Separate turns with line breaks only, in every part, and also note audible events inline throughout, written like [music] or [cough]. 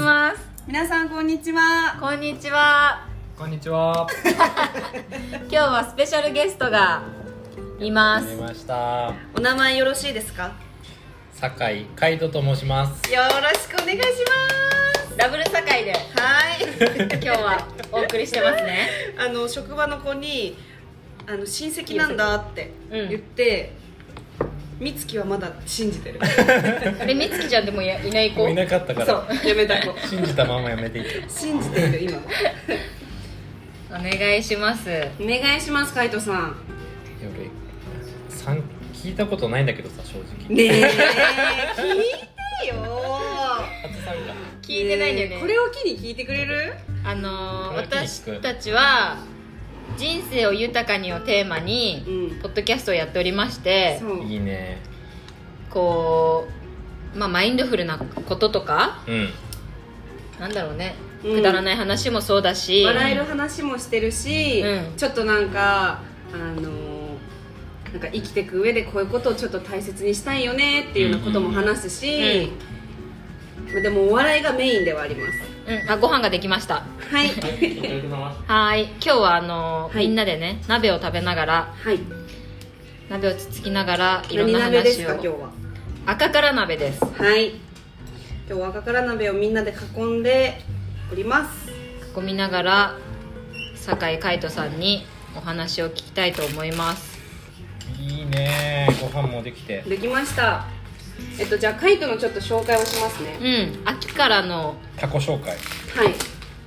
ます
皆さんこんにちは
こんにちは
こんにちは。
今日はスペシャルゲストがいま
見
す
ました。
お名前よろしいですか
酒井海斗と申します。
よろしくお願いします
ダブル境で
はい
今日はお送りしてますね
あの職場の子にあの親戚なんだって
うん
言って、美月はまだ信じてる
あれ美月ちゃんでもいやいない子
もういなかったか
そ
ら
う。やめた子
信じたままやめていた。
信じている今
お願いします
お願いします海斗さん
夜。さん、聞いたことないんだけどさ、正直。
ねえ聞いてよ
あとさんか。
聞いてないんだよね
これを機に聞いてくれる
あのー
これは聞
私
く
たちは「人生を豊かに」をテーマに、
うん
ポッドキャストをやっておりまして
そう
いいね。
こう、まあ、マインドフルなこととか
うん。
なんだろうね、
うん
くだらない話もそうだし
笑える話もしてるし、
うん
ちょっとなんかあのなんか生きてく上でこういうことをちょっと大切にしたいよねっていうようなことも話すし、でもお笑いがメインではあります
うん、あご飯ができました
はい
はい今日はあのー
はい
みんなでね鍋を食べながら
はい
鍋をつつきながら [laughs] いろんな
何鍋です
話
か今日
を
は
赤から鍋です
はい今日は赤から鍋をみんなで囲んでおります
囲みながら酒井海斗さんにお話を聞きたいと思います
いいね。ご飯もできて。
できましたえっとじゃあカイトのちょっと紹介をしますね
うん秋からの
タコ紹介。
はい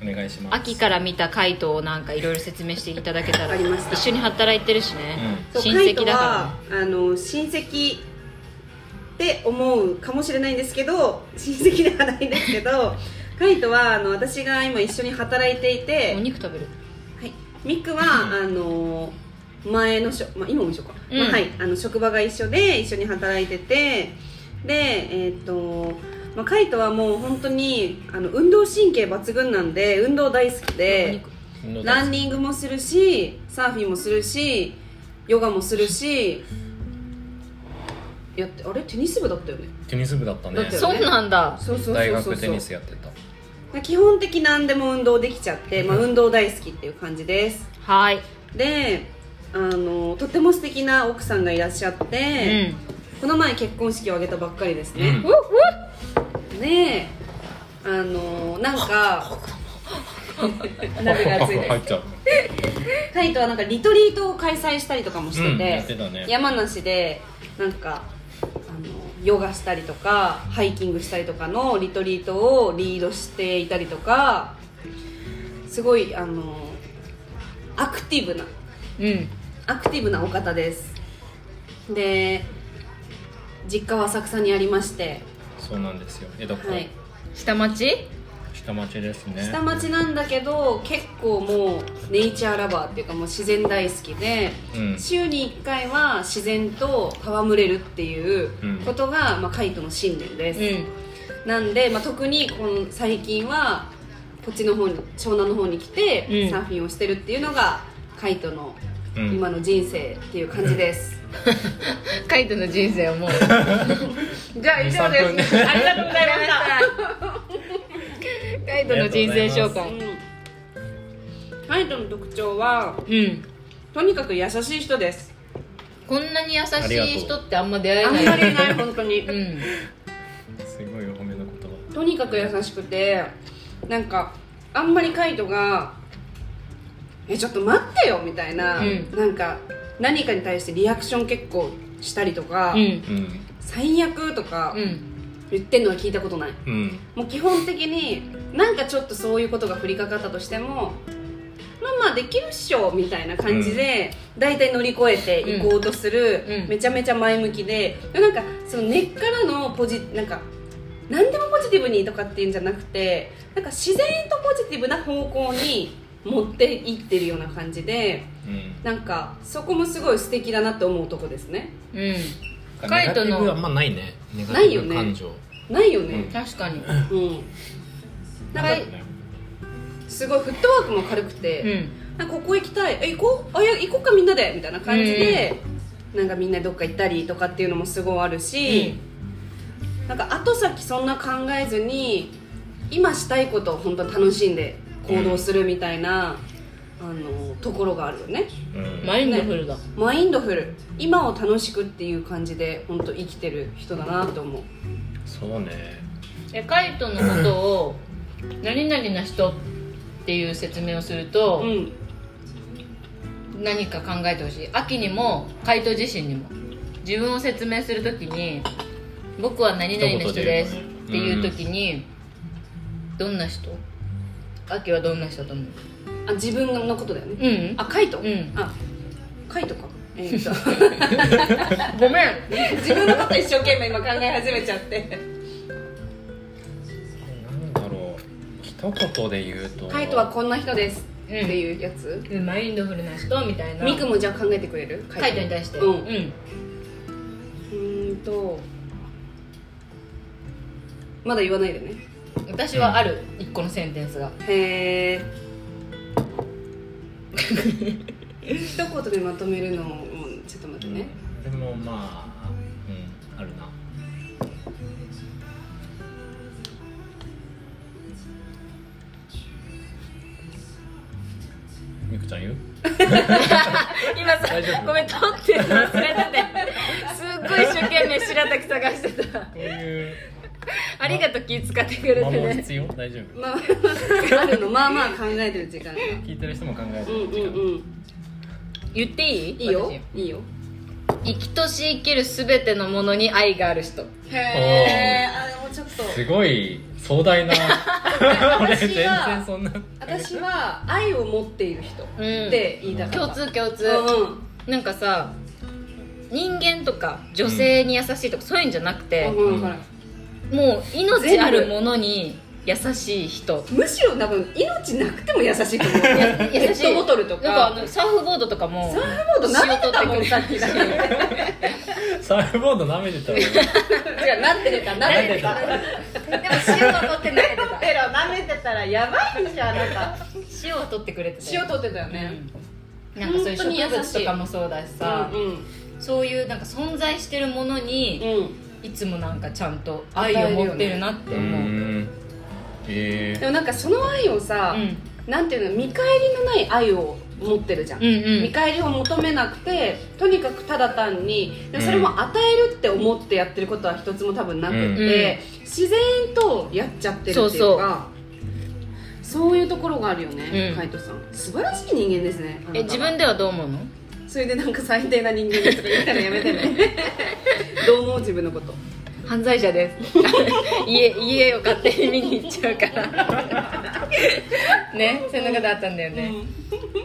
お願いします。
秋から見た海斗をなんかいろいろ説明していただけたら
わかりました
一緒に働いてるしね、
そう
親戚だか
カイトはあの親戚って思うかもしれないんです
[laughs]
けど親戚ではないんですけどカイトはあの私が今一緒に働いてい
ら
て
ねお肉食べる
はい、ミクはあの前のしょ、まあ、今も一緒か、
うん
まあはい、あの職場が一緒で一緒に働いててでえっ、と、まあ、カイトはもう本当にあの運動神経抜群なんで運動大好き
お
で
肉
うん。
ランニングもするしサーフィンもするしヨガもするしやってあれテニス部だったよね
テニス部だったね
だっ。たよ
そうなんだ
そうそうそうそうそう
大学テニスやってた。
基本的何でも運動できちゃって、まあ、運動大好きっていう感じです
はい、
であのとても素敵な奥さんがいらっしゃって、この前結婚式を挙げたばっかりですね
うん、、うっ
であのなんか
[laughs]
鍋がついて
入っちゃう。
カイトはなんかリトリートを開催したりとかもしてて,、
うんやってたね
山梨でなんかあのヨガしたりとかハイキングしたりとかのリトリートをリードしていたりとかすごいあのアクティブな
ううん
アクティブなお方ですで実家は浅草にありまして、
そうなんですよ。江戸っ子。
はい、
下町
下町ですね。
下町なんだけど結構もうネイチャーラバーっていうかもう自然大好きで、
うん
週に1回は自然と戯れるっていうことが、まあ、カイトの信念
う
です、
ん
なんで、まあ、特にこの最近はこっちの方に湘南の方に来て、
うん
サーフィンをしてるっていうのがカイトの
うん
今の人生っていう感じです、
海斗の人生はもうあ
じゃあ以上
[laughs]
23分
で
ね
すありがとうございました
海斗の人生紹介
うんカイトの特徴は
うん
とにかく優しい人です
こんなに優し
ありがと
いう人ってあんま出会え
あん
ない
まりいない本当に
うん
すごいお褒めの言葉。
とにかく優しくてなんかあんまりカイトが「えちょっと待ってよ」みたいな、
うん
なんか何かに対してリアクション結構したりとか「
うん
うん。
最悪」とか
うん
言ってんのは聞いたことない
うん。
もう基本的になんかちょっとそういうことが降りかかったとしてもまあまあできるっしょみたいな感じで大体乗り越えていこうとする、
うんうん
めちゃめちゃ前向きでなんかその根っからのポジなんか何でもポジティブにとかっていうんじゃなくてなんか自然とポジティブな方向に持っていってるような感じで
うん。
なんかそこもすごい素敵だなって思うとこですね
うんカ
ネ
イ
ガ
ト
テ
の
ィブはまあないね。ネガテ
ないよ
ィブ
ね
感情。
ないよね
確かに
うん、なんか
はい
すごいフットワークも軽くて、
うん
なんかここ行きたいえ行こうあいや行こうかみんなでみたいな感じで、なんかみんなどっか行ったりとかっていうのもすごいあるし、なんか後先そんな考えずに今したいことを本当楽しんで行動するみたいな、あのところがあるよね
うん
マインドフルだ、
マインドフル今を楽しくっていう感じで本当生きてる人だなと思う
そうね
えカイトのことを何々な人っていう説明をすると、
うん
何か考えてほしい秋にもカイト自身にも自分を説明するときに「僕は何々の人です」っていうときに、どんな人秋はどんな人だと思う
あ自分のことだよね、
うん
あカイト、
うん
あカイトかえーっと
ごめん
自分のこと一生懸命今考え始めちゃって
なんだろう一言で言うと
カイトはこんな人ですっていうやつ、
うんマインドフルな人みたいな
ミクもじゃあ考えてくれる
カイトに対して
うん
うん
うーんとまだ言わないでね
私はある一個のセンテンスが
へ [laughs] え一言でまとめるのもちょっと待ってね
でもまあうんあるなみくちゃん言う
今さ
大丈夫
ごめん撮ってるの忘れててすっごい一生懸命白滝探してた
こういう
ありがとう気使ってくれて
魔法
ね
必要大丈夫
まああるのまあまあ考えてる時間が
聞いてる人も考え
う
て
ん
る
うんうん
言っていい
いいよ
私
いいよ
生きとし生きるすべてのものに愛がある人
へ
え
あもうちょっと
すごい壮
[laughs]
大な [laughs] 俺全然そんな
私は愛を持っている人っ
うん
て言いたか
共
った
通共通、
うん
なんかさ人間とか女性に優しいとか、そういうんじゃなくて、
うんうんわかる
もう命あるものに優しい人
むしろ多分命なくても優しいと思う
優しい
ペットボトル
な
と
んか
か
あのサーフボードとかも
サーフボード舐めてたもん
塩
さ
取
っき
ってくれる
サーフボード舐めてたら
違うなってたな
舐
っ
めて
てた
た
でも塩は取ってなかった
ペロ舐めてたらやばいでしょあなた
塩は取ってくれてたよ
塩取ってたよね、
うんなんかそういう
本当に優
植
しい
物とかもそうだしさ、
うんうん
そういうなんか存在してるものに、
う
いつもなんかちゃんと愛を持ってるなって
う
思う、
んえ
ん、で
え
もなんかその愛をさ、なんていうの見返りのない愛を持ってるじゃ
う
ん、
んうん
見返りを求めなくてとにかくただ単にでもそれも与えるって思ってやってることは一つも多分なくって、自然とやっちゃってるっていうか
そう
そ
そう
いうところがあるよね、
うん
カイトさん素晴らしい人間ですねあなたは
え自分ではどう思うの
それでなんか最低な人間ですとか言ったらやめて [laughs] ねどう思う自分のこと
犯罪者です [laughs] 家家を勝手に見に行っちゃうから [laughs] ねそんなことあったんだよね、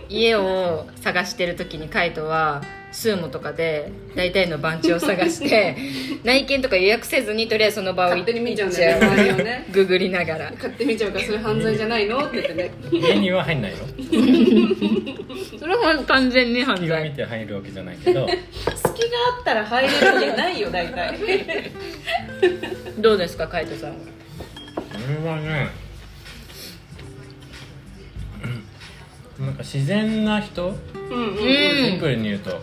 家を探してる時にカイトはスーモとかで大体の番地を探して
[laughs]
内見とか予約せずにとりあえずその場を行
勝
っ
手に見ちゃうん
行っ
だよね周りをね
ググりながら
勝手に見ちゃうからそれ犯罪じゃないのって言ってね
家には入んないよ
それは完全に犯
気が見
罪
て入るわけじゃないけど
隙があったら入れるわけないよ大体
どうですかカイトさんは
これはねうんなんか自然な人
[laughs] うん
う
うん
ん
シンプルに言うと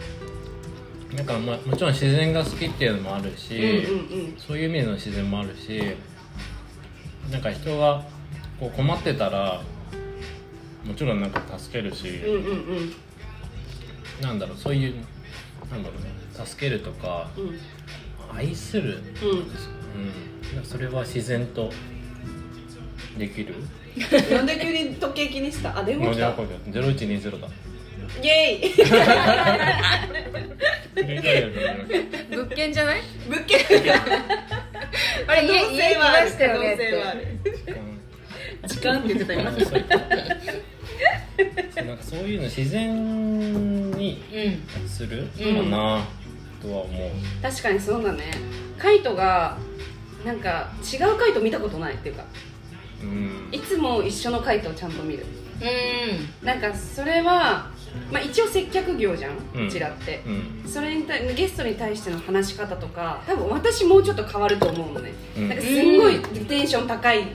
なんかまもちろん自然が好きっていうのもあるし、
うん
そういう意味での自然もあるしなんか人がこう困ってたらもちろんなんか助けるし、
うんうんうんうん
なんだろうそういうなんだろうね助けるとか
うん
愛する、
う
うん、なんかそれは自然とできる
んなんで急に時計気にしたあ電
も
話
う
来
じゃあ
た
これ0120だ
イエイ
物件じゃない
物
[laughs]
件
あれ家家来ましたよねっ
可能性はあ
て
る
う
時間って言ってた今
んそういうことそうなんかそういうの自然に
うん
するか
うん
な、とは思う
確かにそうだねカイトがなんか違うカイト見たことないっていうか
うん
いつも一緒のカイトをちゃんと見る
う
なんかそれは、まあ、一応接客業じゃん
うん
うちらって、
うん
それに対ゲストに対しての話し方とか多分私もうちょっと変わると思うのね、
うん
なんかすんごいテンション高い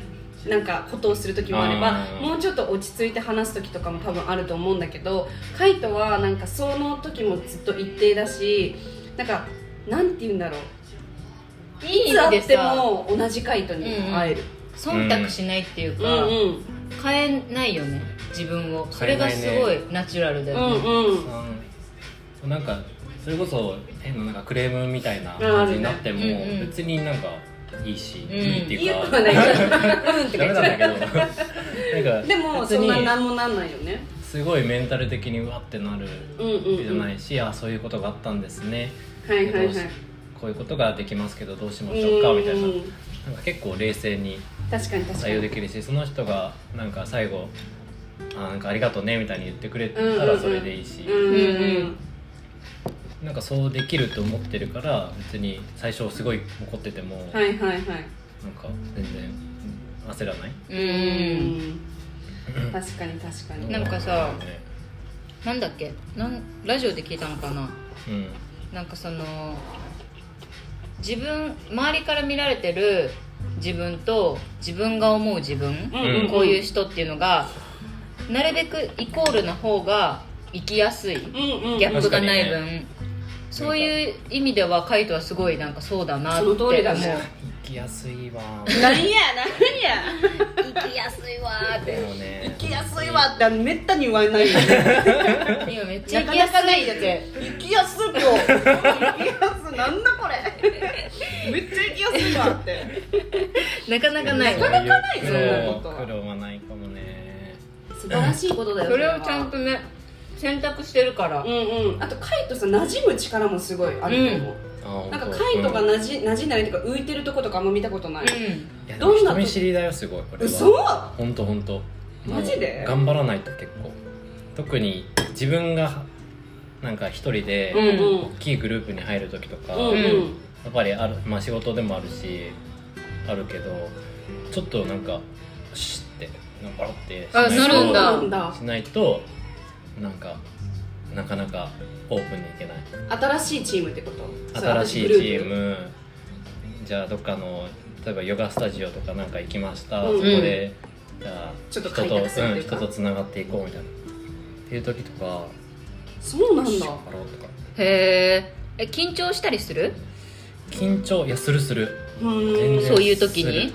なんかことをする時もあれば
あー
もうちょっと落ち着いて話す時とかも多分あると思うんだけどカイトはなんかその時もずっと一定だしなんかなんて言うんだろうん
いい意
いつ
味
会
で
って
さ
も同じカイトに会える、
忖度しないっていう
う
か、
ん
変えないよね自分をそ
変
れ
えな
が
いね
すごいナチュラルだ
う
よね、
んうんうん
うんなんかそれこそ変ななんかクレームみたいな
あある
感じ
ね
になっても
うんうん
別になんかいいし、
ん
いいっていう
言
か
うことはないけどうんって
ダ
言
メ
っ
なんだ
ち
け
ゃ [laughs]
どなん
う
か [laughs]
でも
別
そんな
に
何もなんないよね
すごいメンタル的にうわってなる
うん
わ
うん
けじゃ
うんは
ないいし、あそういうことがあったんですね
はいはい
どうしこういうことができますけどどうしましょうかみたいな
う
なん
ん
か結構冷静に
確かに確か
対応で
に
きるしその人がなんか最後「あなんかありがとうね」みたいに言ってくれた
うんうんう
ら
ん
それでいいし、
うんうん
なんかそうできると思ってるから別に最初すごい怒ってても、
うんはいはいはい
なんか全然焦らない、
う
うんん確かに確かに
なんかさ
ね
なんだっけなんラジオで聞いたのかな
うん
なんかその自分周りから見られてる自分と自分が思う自分、
うん
うん
こういう人っていうのがなるべくイコールな方が生きやすいギ
うんうん
ャップがない分、
確
そういう意味ではカイトはすごいなんかそうだなって思
その通りだ
う
ね
行きやすいわ
なんやなんや
生きやすいわーっ
で
て
もね
行きやすいわってめったに言わないよね
今めっちゃ生
なか
きやす
なかないいや
っ
つ
て
行きやすくよ行きやすなんだこれめっちゃ行きやすいわって
なかなかない
そうう
なかなかない
苦労
そんなことは
苦労はないかもね
素晴らしいことだよ
それをちゃんとね選択してるから
うんうんあとカイトさ馴染む力もすごいあると思う、なんかカイトが
い
なじ馴染んだりとか浮いてるとことかあんま見たことない、
う
やでも
どんな
人
と
見知りだよすごいこれは
嘘
本当本当
マジで
頑張らないと結構特に自分がなんか一人で
うんうん
大きいグループに入る時とか、
うんう
や
ん
っぱりある、まあ、仕事でもあるしあるけどちょっとなんかシッてなんかバロってしないと
あなるんだ
そうなん
しないとなんかなかなかオープンにいけない
だ新しいチームってこと
新しい
そ
チ
う
ームじゃあどっかの例えばヨガスタジオとかなんか行きました、
うん
そこでじゃあ
ちょっと
人
開
と
拓するというか
人とつながっていこうみたいなっていう時とか
そうなんだ
シャバロとか
んへーえ緊張したりする
緊張いやするする
うん
全然
そういう時に
する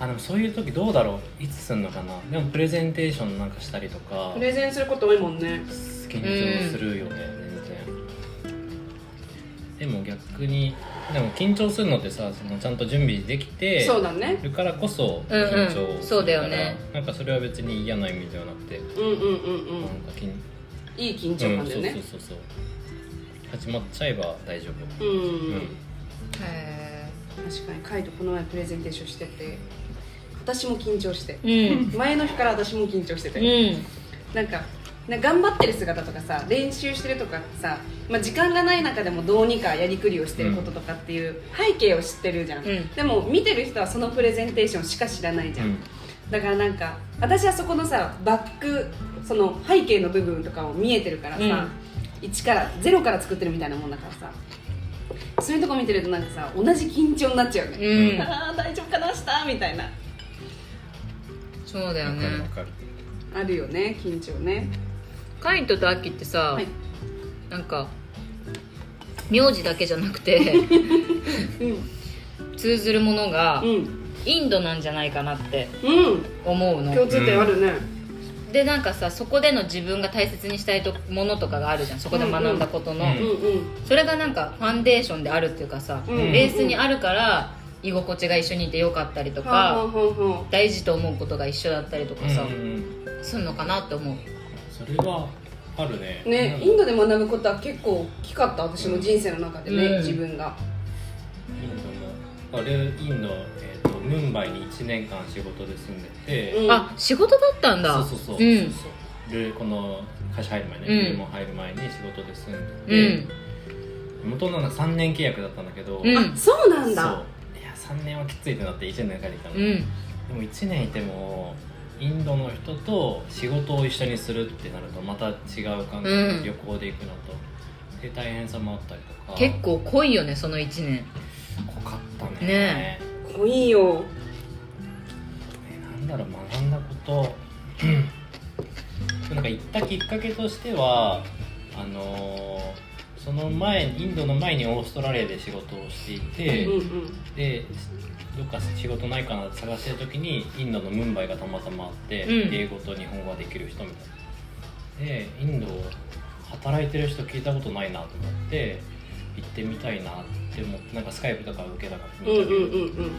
あでもそういう時どうだろういつすんのかなでもプレゼンテーションなんかしたりとか
プレゼンすること多いもんね
緊張するよね、全然でも逆にでも緊張するのってさそのちゃんと準備できて
そうだね
るからこそ
うんうん
緊張するから、
そうだよね
なんかそれは別に嫌な意味ではなくて、
うんうんうんう
なんんか緊
いい緊張
うん
感だ
そ
よ
うそう
ね
そうそう始まっちゃえば大丈
う
夫、
ん、
うん
へ
確かにカイトこの前プレゼンテーションしてて私も緊張して
えうん
前の日から私も緊張してて、
うん
なんかなんか頑張ってる姿とかさ練習してるとかさ、まあ、時間がない中でもどうにかやりくりをしてることとかっていう背景を知ってるじゃん、
うん
でも見てる人はそのプレゼンテーションしか知らないじゃん、だからなんか私はそこのさバックその背景の部分とかを見えてるからさ、
うん
1からゼロから作ってるみたいなもんだからさそういうとこ見てるとなんかさ同じ緊張になっちゃうよ
う
ね、
ん
ああ大丈夫かなしたみたいな
そうだよ
分かる分
ね
かる
あるよね緊張ね
カイトとアキってさ、
はい
なんか名字だけじゃなくて
うん
通ずるものが
うん
インドなんじゃないかなって
うん
思うの
共通点あるね、
でなんかさそこでの自分が大切にしたいとものとかがあるじゃんそこで学んだことの、
うん
うんうん
それがなんかファンデーションであるっていうかさ、
うん
ベースにあるから居心地が一緒にいてよかったりとか、
はんはんはんはん
大事と思うことが一緒だったりとかさ、
うんうんうん
すんのかなって思う
それはあるね
ね、インドで学ぶことは結構大きかった私の人生の中でね、
うん
自分が
インドもあれインド、えー、とムンバイに1年間仕事で住んでて、
うん
あ仕事だったんだ
そうそうそう、
ん
でこの会社入る前ね、
うん
ルーム入る前に仕事で住ん
う
でて、
ん
元のなんか3年契約だったんだけど、
うん
あそうな
そうんい
だ
や3年はきついってなって1年帰ってきたの、
う
で
ん
も1年いてもインドの人と仕事を一緒にするってなるとまた違う感じ、
うん
旅行で行くのとで大変さもあったりとか
結構濃いよねその1年
濃かったね
ね
濃いよ
えなんだろう学んだ [clears throat] ことなんか行ったきっかけとしてはあのーその前インドの前にオーストラリアで仕事をしていて、
うんうん
でどっか仕事ないかなって探してる時にインドのムンバイがたまたまあって、
うん
英語と日本語ができる人みたいなでインド働いてる人聞いたことないなと思って行ってみたいなって思ってなんかスカイプとか受けながら
うん
見
う
た
ん
けど、
うん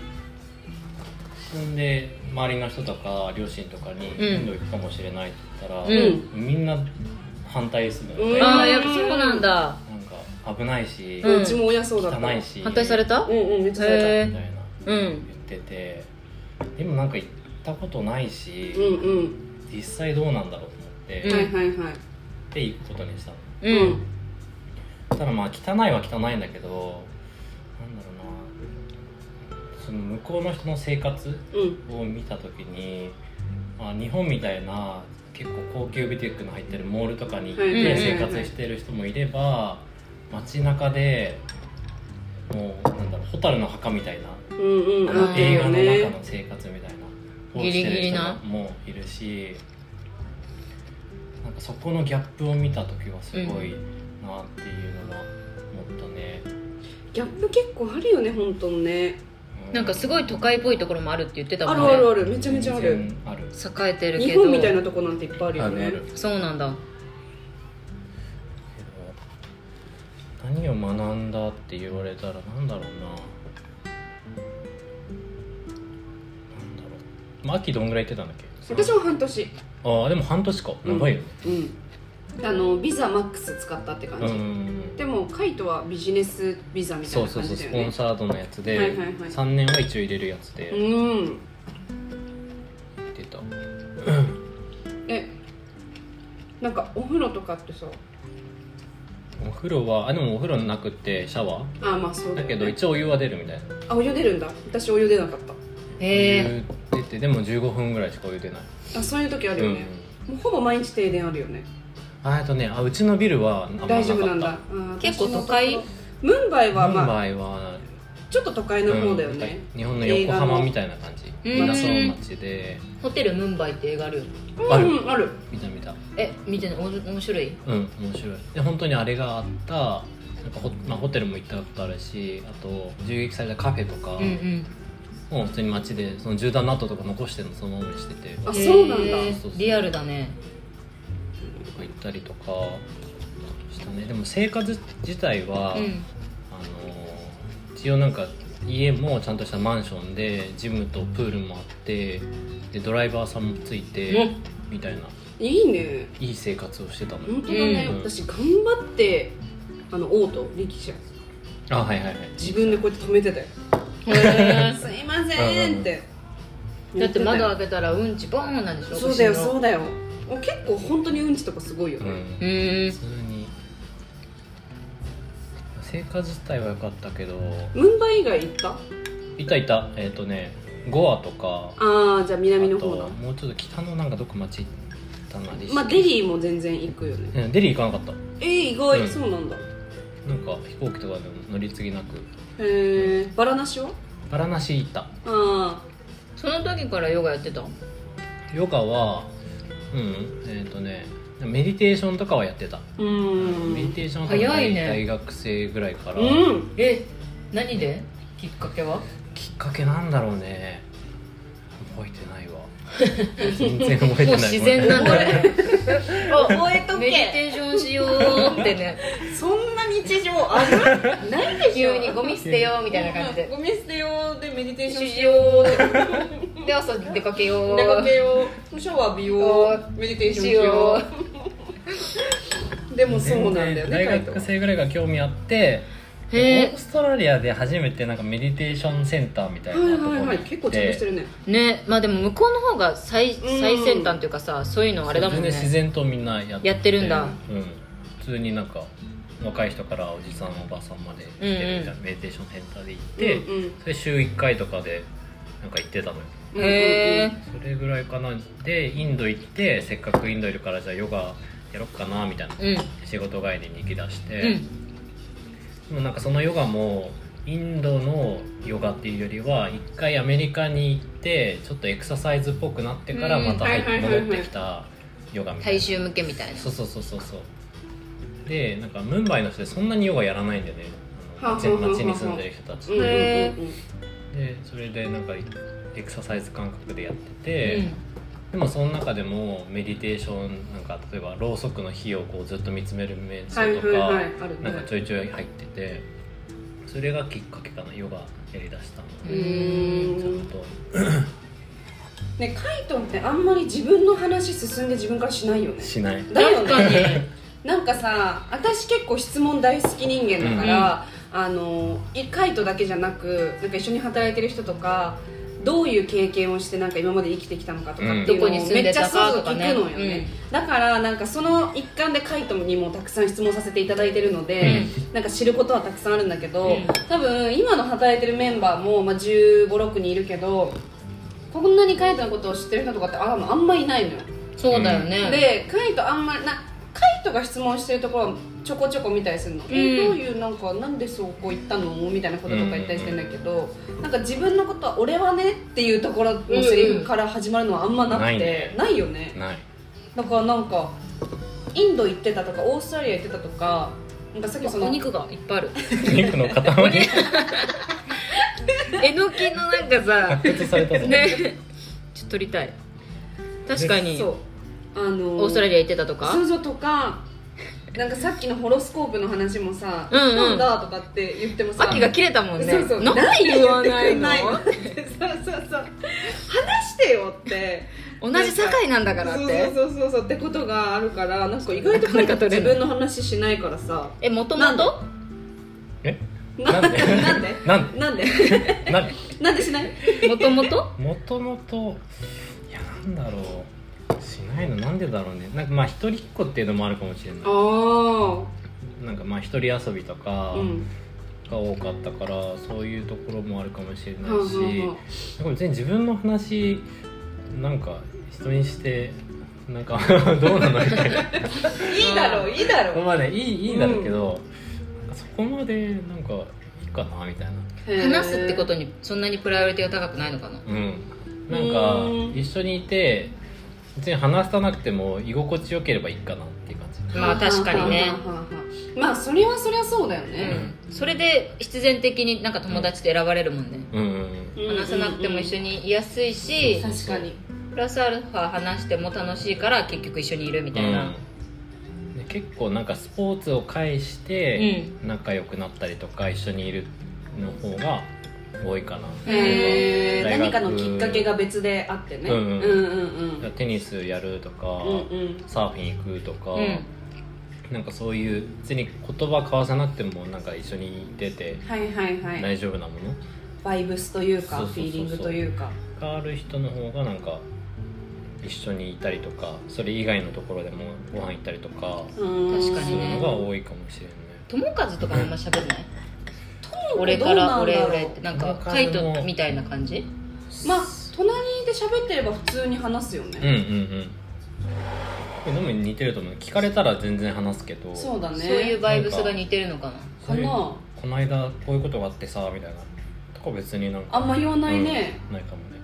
そんで周りの人とか両親とかに
うん
インド行くかもしれないって言ったら、
う
みんな反対するのよ、
うん
なん
ああやっぱそうなんだ
か危ないし、
うん
うん
うちも親そうだった
汚いし
反対された
うんうんめっちゃされ
へ
みたいな
う
言
ん
ってて、でもなんか行ったことないし、
たうんうん
実際どうなんだろうと思って、
うん
はいはいはい
で行くことにしたの
う
うん
そしたらまあ汚いは汚いんだけどなんだろうなその向こうの人の生活
うん
を見た時に、まあ、日本みたいな結構高級ビテックの入ってるモールとかに行っ
はい
は
て
いはい
生
はい
活してる人もいれば街中でもうなんだろう蛍の墓みたいな
うんうん
あ
あ
の
る
映
よ
画の中
ね
の生活みたいな
ギリギリな
をしてる人もいるしなんかそこのギャップを見た時はすごいなっていうのは思ったね、
ギャップ結構あるよね本当にね
う
なんかすごい都会っぽいところもあるって言ってたも
あ
んね
るあるあるめちゃめちゃある
全然ある
栄えてるけど
日本みたいなとこなんていっぱいあるよね
ある
そうなんだ
けど何を学んだって言われたらなんだろうななんだろうまあ秋どんぐらい行ってたんだっけ
私も半年
ああでも半年か
うん
長いよね
うんあのビザマックス使ったって感
うん、
じでもカイトはビジネスビザみたい
そう
な
そう
感
そう
じだよ
スポン
ね
サードのやつで、
はいはいはい
3年は一応入れるやつで
うん
出た、
えなんかお風呂とかってさ
お風呂はあでもお風呂なくってシャワー
あまあそうだ,、
だ
ね、
けど一応お湯は出るみたいな、
あお湯出るんだ私お湯出なかっ
へえ
お湯出てでも15分ぐらいしかお湯出ない、
たあそういう時あるよね、
う
もうほぼ毎日停電あるよね
んあえっとねあうちのビルはあんまなか
大
った
丈夫なんだあー
結構都会
私のところムンバイは
ムン
まあ
バイは、
ちょっと都会の方だよね、
うん日本の横浜みたいな感じ
映画の
港町で
ホテルムンバイって映画あるよね
ある
うんうんある
見た見た
え見てないおも面白い
うん面白いで本当にあれがあったなんかホ,、まあ、ホテルも行ったことあるしあと銃撃されたカフェとか、
うんうん
もう普通に街でその銃弾の跡とか残してるのそのままにしてて
あそうなんだ
へーリアルだね
とか行ったりとかしたねでも生活自体は、
うん
あの一応なんか家もちゃんとしたマンションでジムとプールもあってでドライバーさんもついて
ね
みたいない
いね
いい生活をしてたの
本当だね、
うん
私頑張ってあのオート力車
あはいはいはい
自分でこうやって止めてたよ
へー
[laughs] すいませんって
だって窓開
開
けたらうんちボーンなんでしょ
そうだよ
口の
そうだよ結構本当にうんちとかすごいよ
う
ね、
ん
うーん
普通に生活自体は良かったけど
ムンバイ以外行った
いたいたえっ、とねゴアとか
ああじゃあ南の方
あ
だ
ともうちょっと北のなんかどこ町行ったなリ
まあデリーも全然行くよね
うんデリー行かなかっ
えー、意外、
うん
そうなんだ
たなんか飛行機とかでも乗り継ぎなく
へえバラなしは
バラナシ行った
あ
その時からヨガやってたの
ヨガはうんえっ、とねメディテーションとかはやってた、
あうん
メディテーションとか
早いね
大学生ぐらいから、
うん
え何できっかけは
きっかけなんだろうね覚えてな
[laughs]
いわ全然覚えてない
もう自然なんだ [laughs] ね
覚え
あ
と
[laughs] メディ
け
テーションしようってね
そんな日常あるないでしょ
[laughs] 急にゴミ捨てようみたいな感じで [laughs]
ゴミ捨てようでメディテーション
し
し
よ
よ
うってで朝出かけよ
う
う
出かけようシャワー浴びよ
お
うメディテーション
し
しよ
よ
うでもそうなんだよね、
大
カイト
学生ぐらいが興味あってオ
へー
ーストラリアで初めてなんかメディテーションセンターみたい
は
ないとこ
は
ろ
い
に
はい
行って
結構ちゃんとしてるね
うねまあでも向こうの方が最
うん
最先端というかさそういうのあれだもんね
全然自然とみんなやって
やってるんだ
うん、普通になんか若い人からおじさんおばさんまで来てるみたいな、
うん
メディテーションセンターで行って、
うんうん
それ週1回とかでなんか行ってたのよ
へえ
それぐらいかなでインド行ってせっかくインドいるからじゃあヨガやろっかなみたいな、
うん
仕事帰りに行きだして、
うん
でもなんかそのヨガもインドのヨガっていうよりは一回アメリカに行ってちょっとエクササイズっぽくなってから
うん
また入っ
はいはいはいはい
戻ってきたヨガみたい
大
な
衆向けみたいな
そうそうそうそうそうでなんかムンバイの人でそんなにヨガやらないんだよねあの
はあ
街
はあはあはあ
街に住んでる人た
う
ち
んうんうん
へ
でそれでなんかエクササイズ感覚でやってて、でもその中でもメディテーションなんか例えばろうそくの火をこうずっと見つめる瞑
は
想
い
とか、
はいはいある
なんか
ね
ちょいちょい入っててそれがきっかけかなヨガやりだしたの
う
う
ー
ちゃ
ん
んと
ねカイトンってあんまり自分の話進んで自分からしないよね
しない
だよ
確か [laughs] に
ねなんかさ私結構質問大好き人間だから、あのいカイトだけじゃなくなんか一緒に働いてる人とかどういう経験をしてなんか今まで生きてきたのかとかって
ど
いうの
こ
を
に住ん
めっ
で
ちゃ
た
そう
か
そう
と
聞く
か
の
ね
よねだからなんかその一環でカイトにもたくさん質問させていただいてるので、なんか知ることはたくさんあるんだけど、
うん
多分今の働いてるメンバーも、まあ、1 5 6人いるけどこんなにカイトのことを知ってる人とかってああんまいないのよ
うんそうだよね
でカイトあんまりなカイトが質問してるところはちょこちょこ見たりするの、え
うん
どういうなんかなんでそうこう言ったのみたいなこととか言ったりしてんだけど、なんか自分のことは「俺はね」っていうところのセリフから始まるのはあんまなくて、
ないね
ないよね
ない
だからなんかインド行ってたとかオーストラリア行ってたとかなんかさっきその
お肉がいっぱいある
肉の塊
えのきのなんかさ
発掘されたぞ、
ね [laughs] ちょっと撮りたい確かに
そうあの
オーストラリア行ってたとか
そうそうとかなんかさっきのホロスコープの話もさ「
うんうん
なんだ?」とかって言ってもさ
秋が切れたもんね
そうそう
なんで言わないの
そうそうそう話してよって
同じ世界なんだからって
そうそうそうそうってことがあるからなんか意外と
なかなか取れ
自
ない
分の話しないからさ
えもともと
え
な
なんで
なんで
なん
なんで
何
なんでしない
もともと
もともといやなんだろうしないのなんでだろうねなんかまあ一人っ子っていうのもあるかもしれな
ああ
いなんかまあ一人遊びとか
うん
が多かったから、そういうところもあるかもしれな
うんう
いし、
んうん
なんか別に自分の話なんか人にしてなんか [laughs] どうなのみた
[laughs]
いな
いいだろういいだろう
まあねいいいいだろうけど、そこまでなんかいいかなみたいな
話すってこと
に
にそんなにプライオリティが高くないのかな
うんなんか
うん
一緒にいて別に話さなくても居心地よければいいかなっていう感じ
まあ確かにね
まあそれはそりゃそうだよね
うんそれで必然的になんか友達って選ばれるもんね
うんうんうん
話さなくても一
緒
緒にいやすいし
確かに
プラスアルファ話しても楽しいから結局一緒にいるみたいな
で結構なんかスポーツを介して仲良くなったりとか一緒にいるの方が多いかな
へえ
大
何
学
かのきっかけが別であってね
う
うんん
う
うんん
だからテニスやるとか、
うんうんうん
サーフィン行くとか、
うん
なんかそういう別に言葉交わさなくてもなんか一緒に出て
はいはいはい
大丈夫なもの、
バイブスというか
そう
フ
そうそうそう
ィーリングというか
がある人の方がなんか一緒にいたりとかそれ以外のところでもご飯行ったりとか
確
確か
す
に
る
ね
のが多いかもしれない。
友和とかもあんま喋んない俺
ど
か
うなんだ
ら
ろう
俺俺ってなんかカイトみたいな感じ
まあ隣で喋ってれば普通に話すよ
うんう
ね
んうんでも似てると思う聞かれたら全然話すけど
そうだね
そういうバイブスが似てるのかな
そういう
かな
この間こういうことがあってさみたいなとか別になんか
あんま言わないね
うんないかもね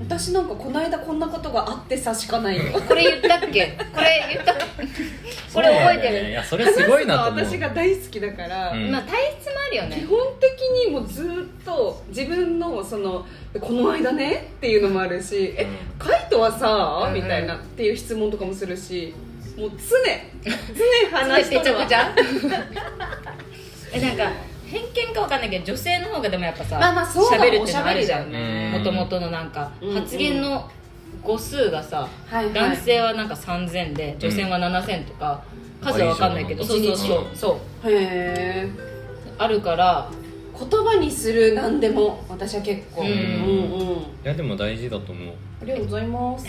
私なんかこの間こんなことがあってさしかないよ
これ言ったっけこれ言
[laughs]
ったこれ覚えてる
そうなんだよねいやそれ [laughs] すごいなと思う
話す [laughs] のは私が大好きだから
うん
まあ体質もあるよ
基
ね
本的にもうずっと自分のそのこの間ねっていうのもあるし、えカイトはさ
うんうん
みたいなっていう質問とかもするし、もう常常話して
めちゃ
る
く
[laughs]
ちゃえなんか偏見かわかんないけど女性の方がでもやっぱさ
まあまあそうだ
喋るっていうのあるじゃ
お
ん
しゃべり
も
だ
よね
ともとのなんか
うんうん
発言の語数がさ、
はいはい
男性はなんか3000で女性は7000とか、数はわかんないけど
うん
そうそうそう
うん
そう
へえ
あるから
言葉にする何でも私は結構
う
うんんうん
いやでも大事だと思う
ありがとうございます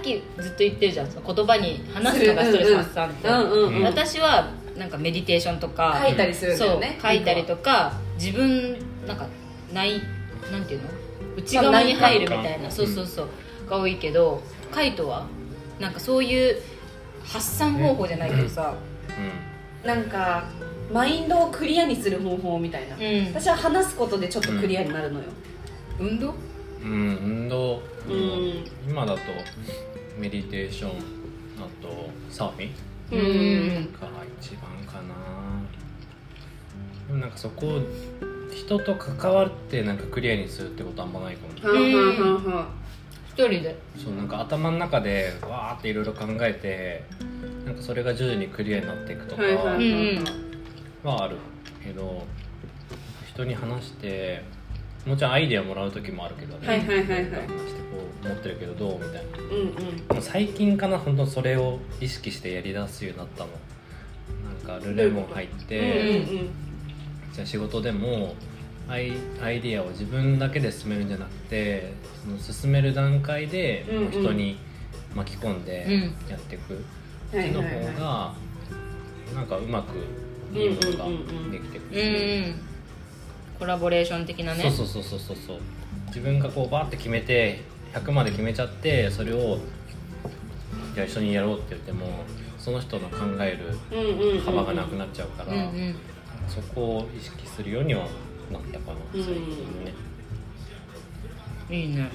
秋ずっと言ってるじゃんその言葉に話すのがストレス発散って、
うんうんうん
私はなんかメディテーションとか
書いたりするんだよね
そう書いたりとか自分なんかないなんていうの内側に入るみたい
内
な
観
そうそうそうが多いけどカイトはなんかそういう発散方法じゃないけどさ、
なんかマインドをクリアにする方法みたいな、
うん
私は話すことでちょっとクリアになるのよ、
運動
うん、うん、運動、
うん
今だとメディテーションあとサーフィン
う
うん
ん
が一番かなでもなんかそこを人と関わってなんかクリアにするってことあんまないかも
はんはんはんはん
一人で
そうなんか頭の中でわーっていろいろ考えてなんかそれが徐々にクリアになっていくとか
はいは
う
い
んうん
はあるけど人に話してもちろんアイデアもらう時もあるけどね、
はいはいはいはい
話してこう思ってるけどどうみたいな
うんうん
もう最近かな本当それを意識してやりだすようになったのなんかルレモン入って、
うんうん
じゃあ仕事でもアイアイディアを自分だけで進めるんじゃなくてその進める段階で
うんうん
もう人に巻き込んでやっていくって
はいいう
の
はい
方
は
がなんかうまくいいものができてく
うん
るし
うんコラボレーション的なね
そうそうそうそうそうそう自分がこうバーって決めて100まで決めちゃってそれをじゃあ一緒にやろうって言ってもその人の考える
いうんうんうんうん
幅がなくなっちゃうから、
うんうん
そこを意識するようにはなったかな
うん
最近ね、
いいね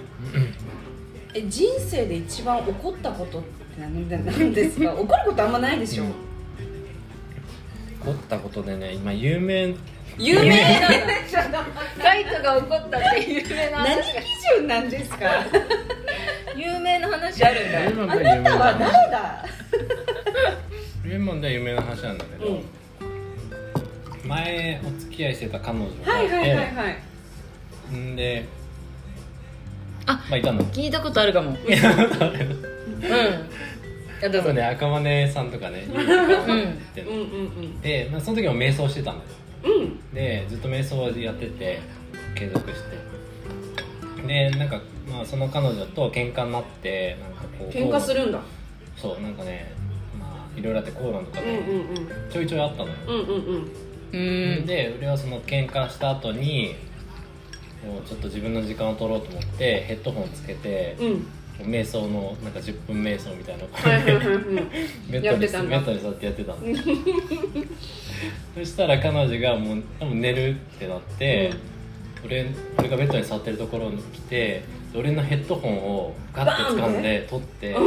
え人生で一番怒ったことって何で何で
[laughs]
すか怒ることあんまないでしょ、 [laughs]
うん怒ったことでね今有名
有名な
カイトが怒ったって有名な
何
話
基準なんですか
有名な話あるんだよ
今まで有名な
は
話
誰だ
レモンでは有名な話なんだけど、前お付き合いしてた彼女が
はいい
て、
はいはいはい
んで
あ
まあいたの
聞いたことあるかもうんあどう
[laughs] そ
ぞ
うね赤羽さんとかね
うん
ってん
う
の
んうん
で、まあ、その時も瞑想してたんだよ
うんうん
でずっと瞑想をやってて継続してでなんか、まあ、その彼女と喧嘩になってなんかこう
喧嘩するんだ
そうなんかねまあいろいろあって口論とか
うん
ね、
うんうん
ちょいちょいあったのよ、
うんうんうん
うん
で俺はその喧嘩した後にこうちょっと自分の時間を取ろうと思ってヘッドホンつけて、
うん
瞑想のなんか10分瞑想みたいなのを
はいはいはいはい
ベッ
や
ド
っ
に
てたんだ
ベッドに座ってやってたの [laughs] そしたら彼女がもう多分寝るってなって、俺俺がベッドに座ってるところに来てで俺のヘッドホンをガッて掴んで取って、も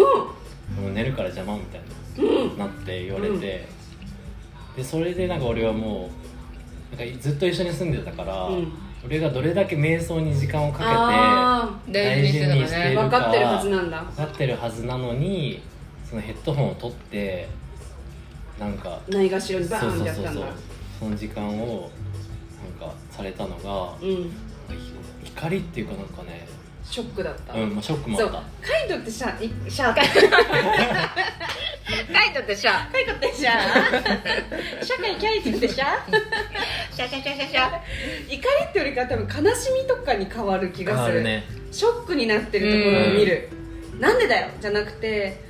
う寝るから邪魔みたいな。
うん
なって言われて、でそれでなんか俺はもうなんかずっと一緒に住んでたから、
うん
俺がどれだけ瞑想に時間をか
あ
けて大事にして
あ
いるか
分かってるはずなんだ
分かってるはずなのにそのヘッドホンを取ってなんか
ないがしろにバ
そう
ーンっ
そう
てやったん
そうそ
だ
うその時間をなんかされたのが、
うん
怒りっていうかなんかね、
ショックだった
うんまあ、ショックも
そ
あ
う
った
カイトってシャいシャーカ
カイトってシャ
イトってシャー社会キャイトってシャー [laughs]
シャシャシャシャシャ
怒りってよりか多分悲しみとかに変わる気が
あ
する
るね
ショックになってるところを見る、なんでだよじゃなくて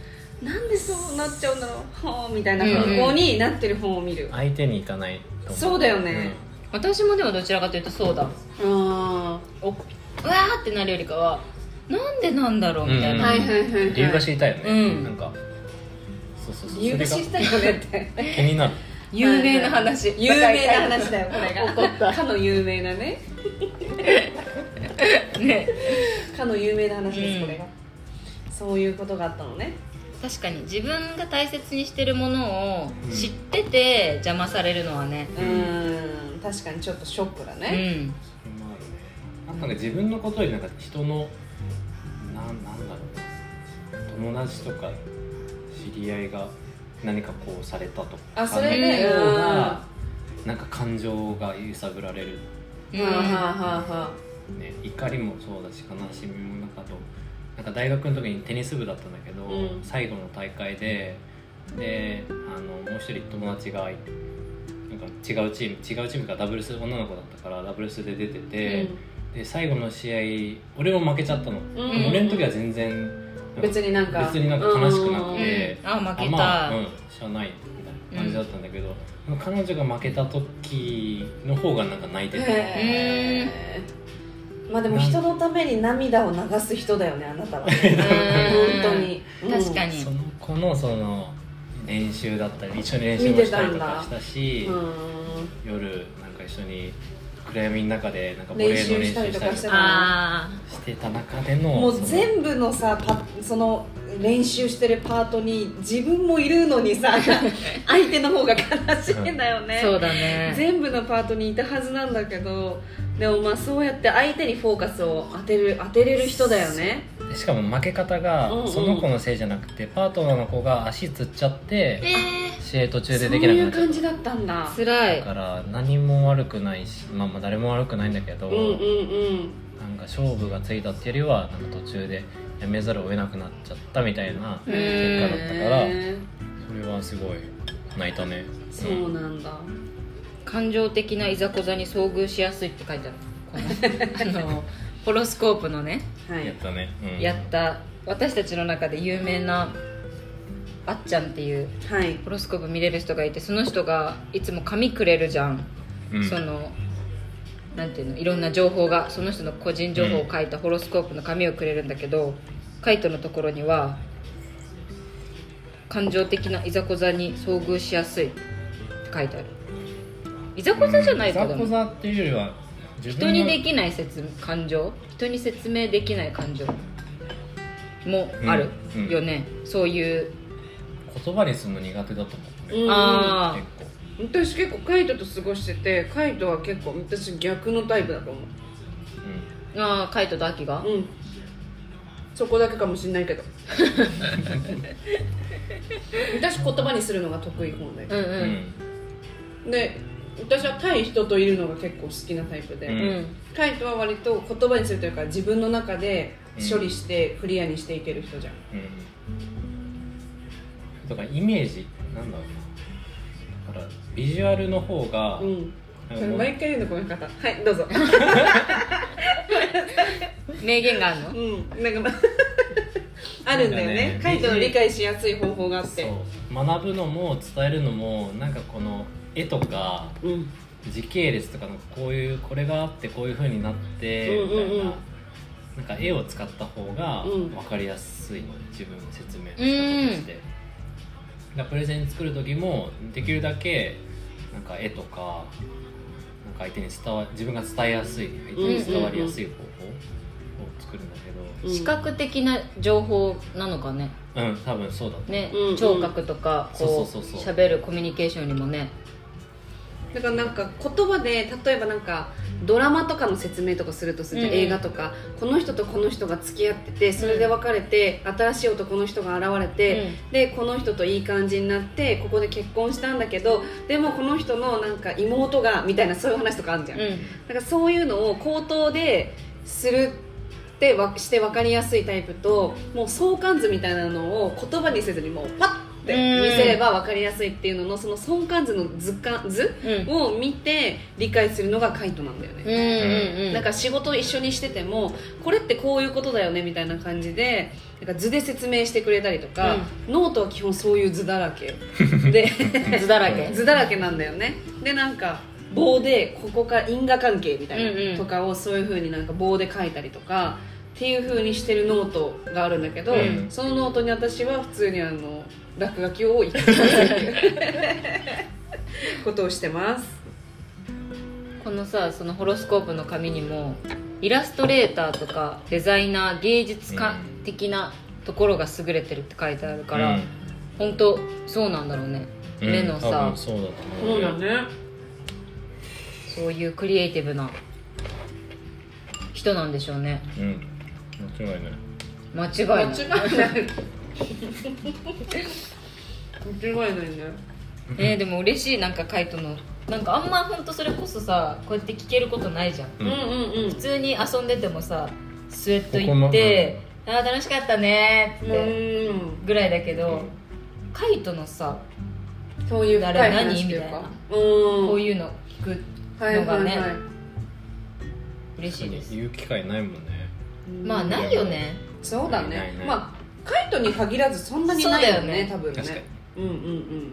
なんでそうなっちゃうんだろうはあみたいな方向になってる方を見る、
相手に行かないと思
そうだよね
私もでもどちらかというとそうだ
あ
おうわーってなるよりかはなんでなんだろうみたい
うん
あ
な、
はいはいはい、はい、
理由が知りたいよね、
うん
なんかそうそうそう
理由が知りたい
そ
よねって
れが気になる
有名な話
[laughs] 有名な話だよこれ [laughs] が
怒った
かの有名なね
ね
かの有名な話です、
うん
これがそういうことがあったのね
確かに自分が大切にしてるものを知ってて邪魔されるのはね
うーん確かにちょっとショックだ
う
ね、
ん
なんかね自分のことよりなんか人のなんなんだろう友達とか知り合いが何かこうされたとか
あそれね
の方
うん
がなんか感情が揺さぶられる、
うん
はあはあはあは
ね、怒りもそうだし悲しみもなんかとなんか大学の時にテニス部だったんだけど、
うん
最後の大会でであのもう一人友達がいなんか違うチーム違うチームがダブルス女の子だったからダブルスで出てて。で最後の試合俺も負けちゃったの、
うん
でも俺の時は全然なんか
別になんか
別になんか悲しくなく
う
て、
んあ負け
あ
た、
まあうんしゃあないみたいな感じだったんだけど、彼女が負けた時の方がなんか泣いてて
へーまあでも人のために涙を流す人だよねあなたは本
[laughs] うん
当に
確かに
その子のその練習だったり一緒に練習もしたりとかしたし
うん
夜なんか一緒に暗闇の中でなんかボレー
練
の
習
練習
し
した
た
り
りと
と
か
か
して
し
あ
あ
てた中での
もう
その
全部のさパその練習してるパートに自分もいるの
[laughs]
にさ相手の方が悲しいんだよね
そうだね
全部のパートにいたはずなんだけどでもまあそうやって相手にフォーカスを当てる当てれる人だよね
でしかも負け方が
うんうん
その子のせいじゃなくてパートナーの子が足つっちゃって
え
試合途中
そう
でできなく
い
な
う
っちゃっ
感じだったんだ
ー、つら
た
い
だから何も悪くないしまあまあ誰も悪くないんだけど
うんうんうん
なんか勝負がついたっていうよりはなんか途中でやめざるを得なくなっちゃったみたいな
うん
結果だったから
へー
それはすごい泣いたね
そうなんだ
感情的ないざこざに遭遇しやすいって書いてあるこのあのホロスコープのね
は
やっ
い
たね、うん、
やった私たちの中で有名なあっちゃんっていう
はい
ホロスコープ見れる人がいてその人がいつも紙くれるじゃん、
うん
そのなんていうのいろんな情報がその人の個人情報を書いたホロスコープの紙をくれるんだけど、カイトのところには感情的ないざこざに遭遇しやすいって書いてあるいざこざじゃないか
うん
で
ざ
も
こざっていうよりは自
人にで
き
きない説感情人に説明できない感情もある
うんうん
よね、そういう
言葉にするの苦手だと思うね、
うん
ああ
結構
私結構カイトと過ごしててカイトは結構私逆のタイプだと思う
ああカイトとアキが、
うんそこだけかもしんないけど [laughs] 私言葉にするのが得意方で
うん
うん
うん
で私は対人といるのが結構好きなタイプで、
う
うんん、
カイトは割と言葉にするというか自分の中で処理してクリアにしていける人じゃん、
うんうん、だからイメージなんだろうなだからビジュアルの方が、
うんこ
なんか
れ
もう
毎回言うのこの方はいどうぞ
名言があるの
うんなんかあるんだよね
なんか
カ
ね
イトの理解しやすい方法があって
そう学ぶのも伝えるのもなんかこの絵とか
うん
時系列とかなんかこういうこれがあってこういう風になって
うん
みた
うんうん
いな。なんか絵を使った方が
うん
分かりやすいので、自分の説明の仕方として、だからプレゼン作る時もできるだけなんか絵とかなんか相手に伝わ自分が伝えやすい相手に伝わりやすい方法を作るんだけ
うん
視覚的な情報なのかね
どうん、多分そうだと
ね、
うんうん
聴覚とかこう
そうそうそうそう
喋るコミュニケーションにもね
だからなんか言葉で例えばなんかドラマとかの説明とかするとするじゃん
うんうん
映画とかこの人とこの人が付き合っててそれで別れて、新しい男の人が現れて、でこの人といい感じになってここで結婚したんだけどでもこの人のなんか妹がみたいなそういう話とかあるじゃん、
う
なんかそういうのを口頭でするってわして分かりやすいタイプともう相関図みたいなのを言葉にせずにもうパッて見せれば分かりやすいっていうののその相関図の図鑑図
んうん
を見て理解するのがカイトなんだよね、
うんうんうん
なんか仕事を一緒にしててもこれってこういうことだよねみたいな感じでなんか図で説明してくれたりとか、ノートは基本そういう図だらけで
図だらけ
図だらけなんだよねでなんか棒でここか因果関係みたい
うんう
なんとかをそういう風になんか棒で書いたりとかっていう風にしてるノートがあるんだけど、
うん
そのノートに私は普通にあの落書きをいっぱいするっていうことをしてます
このさそのホロスコープの紙にもイラストレーターとかデザイナー芸術家
うん
的なところが優れてるって書いてあるから、
うん
本当そうなんだろうね、
うん
目の
多
さ
分そうだと思う
ね
そういうクリエイティブな人なんでしょうね
うん間違いない
間違い
間
な
違
い
いない間違いないね
えーでも嬉しいなんかカイトのなんかあんま本当それこそさこうやって聞けることないじゃん
うんうんうん
普通に遊んでてもさスウェット
ここ
行
の
って「あー楽しかったね」って
うん
ぐらいだけど、
う
カイトのさ
そういう深い
誰何
話っていう
みたい
か
な
うんこ
こういうの聞く
はいはい
の
は
が
い
ね嬉しいです
言う機会ないもんね
まあ
ね
ないよね
そうだ
ないな
ね
いない
まあカイトに限らずそんなにないよね
そ
多分ね
確かに
うんうん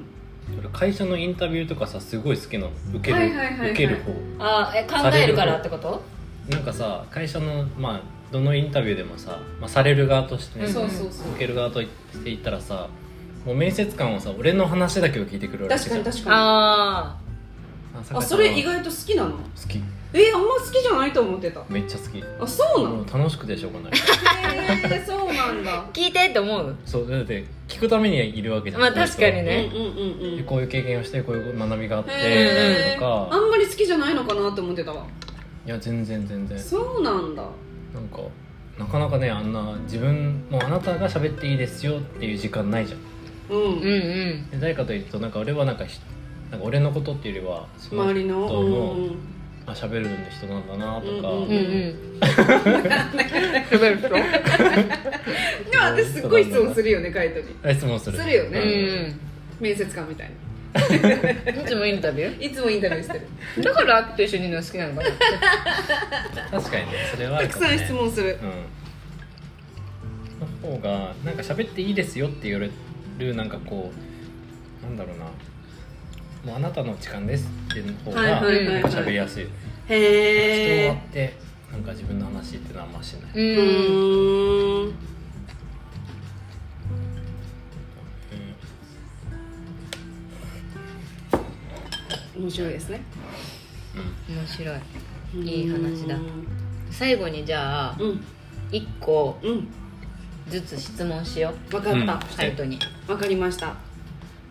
俺会社のインタビューとかさすごい好きなの受ける、
はいはいはいはい
受ける方
あーえ考えるからってこと
なんかさ会社のまあどのインタビューでもさ、まあ、される側としてね、
う
う
そ
んんそうう
そ
そうう
そ
そう
受ける側としていったらさもう面接官はさ俺の話だけを聞いてくるわけ
確
じ
か
ゃん
に確かに
ああ
あ
あそれ意外と好きなの
好き
えあんま好きじゃないと思ってた
めっちゃ好き
あそうな
も
の
う楽しくてしょうがない
へえそうなん
[laughs]
だ
聞いてって思う
そうだって聞くためにいるわけじゃん
まあ確かに
うん
ね
うんうんう
で
ん
こういう経験をしてこういう学びがあっ
へ
て
え
と
あ
か
んまり好きじゃないのかなって思ってたわ
いや全然全然
そうなんだ
なんかなかなかねあんな自分もうあなたが喋っていいですよっていう時間ないじゃ
う
ん
ん、
うんうん
で誰かというとなんか俺はなんかひなんか俺のことっていうよりはそ
周りの
人
うん
の、
うん
あ喋るの人なんだなとか、
うんうん
うん [laughs] うん食べるでしょ
でも私すっごい質問するよねカイトに
あ質問する
するよ
う
ね
ん
面接官みたいな
うんいつもインタビュ
いつもインタビューしてる
ーだからアキと一緒にいるの好きなのかな
確かにねそれ [laughs] はあ
た
る
く
かも
さ
ね
ん質問する
うんの方がなんか喋っていいですよって言われるなんかこうなんだろうなもうあなたの時間ですっていう方が
はいはい
はいはい
なんか喋りやすい、
へ
人
え
があってなんか自分の話っていうのはあんましない、
う
うんーん面白いですね
面白いいい話だ
うん
最後にじゃあ
うん
一個
うん
ずつ質問しよ
分
う
か
ん
った、
うんし
うカイ
て
トに
わかりました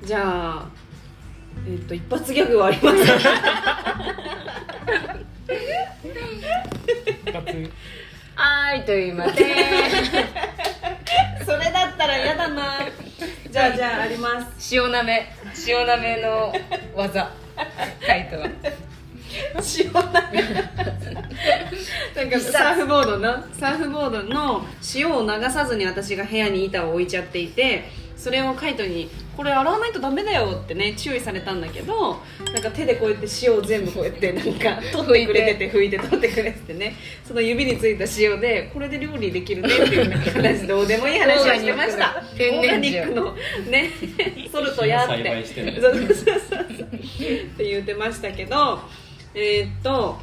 じゃあえっと一発ギャグはありません
一発
はーいと言いません
それだったら嫌だなじゃあじゃああります
塩なめ塩なめの技カイトは
塩投げなんかサーフボードのサーフボードの塩を流さずに私が部屋に板を置いちゃっていてそれをカイトに「これ洗わないとダメだよ」ってね注意されたんだけどなんか手でこうやって塩を全部こうやってなんか取ってくれてて拭いて取ってくれててねその指についた塩でこれで料理できるねっていう話どうでもいい話をしてました
オーガニッ
オー
ク
ガニックのね
[laughs]
ソルトやって
栽培してね
そうそうそうそうって言ってましたけどえーっと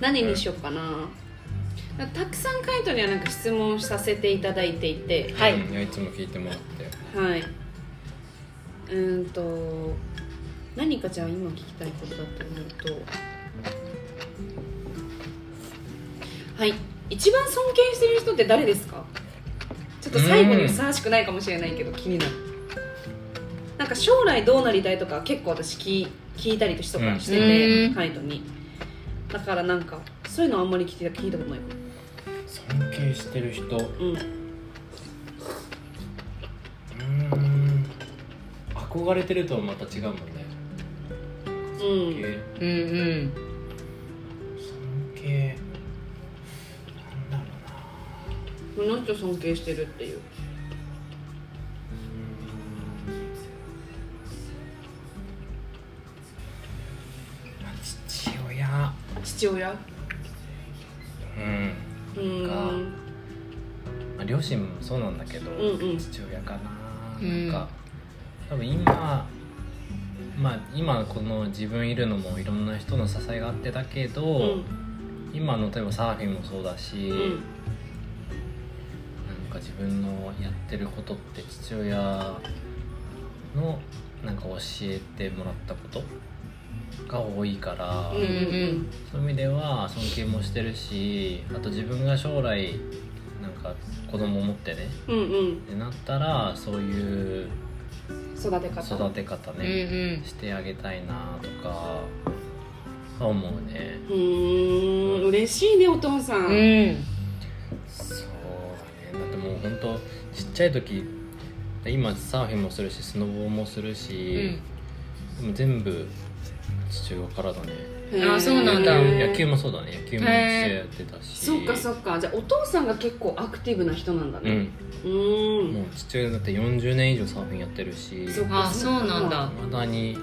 何にしようかなたくさんカイトにはなんか質問させていただいていて
はい
うんやいつも聞いてもらって
はいうーんと何かじゃあ今聞きたいことだと思うとはい一番尊敬してる人って誰ですかちょっと最後にふさわしくないかもしれないけど気になるなんか将来どうなりたいとか結構私聞聞いたりとかしてて、
うん
カイトにだからなんかそういうのあんまり聞いた聞いたことないか
尊敬してる人う
らうん
ーん憧れてるとはまた違うもんね
う
尊
ん
敬
うんうん
尊敬なんだろうな
この人尊敬してるっていう
まあ父親
父親
うん
うーん
まあ両親もそうなんだけど、
うんうん
父親かな,、
うん
なんか多分今まあ今この自分いるのもいろんな人の支えがあってだけど、
うん
今の例えばサーフィンもそうだし、
うん
なんか自分のやってることって父親のなんか教えてもらったことが多いから、
うんうん
そういう意味では尊敬もしてるしあと自分が将来なんか子供を持ってね
うんうん
ってなったらそういう
育て方
育て方
うんう
ね、
ん
してあげたいなとかは思うね
うーん嬉しいねお父さん、
うんうん
そうだねだってもうほんとちっちゃい時今サーフィンもするしスノボーもするし、でも全部父親からだね
へー
あそうなんだ
へー
野球もそうだね野球も父親やってたし
そっかそっかじゃあお父さんが結構アクティブな人なんだ
う
ね
ん
うーん
もう父親だって40年以上サーフィンやってるし
そっか
あそうなんだ
まだに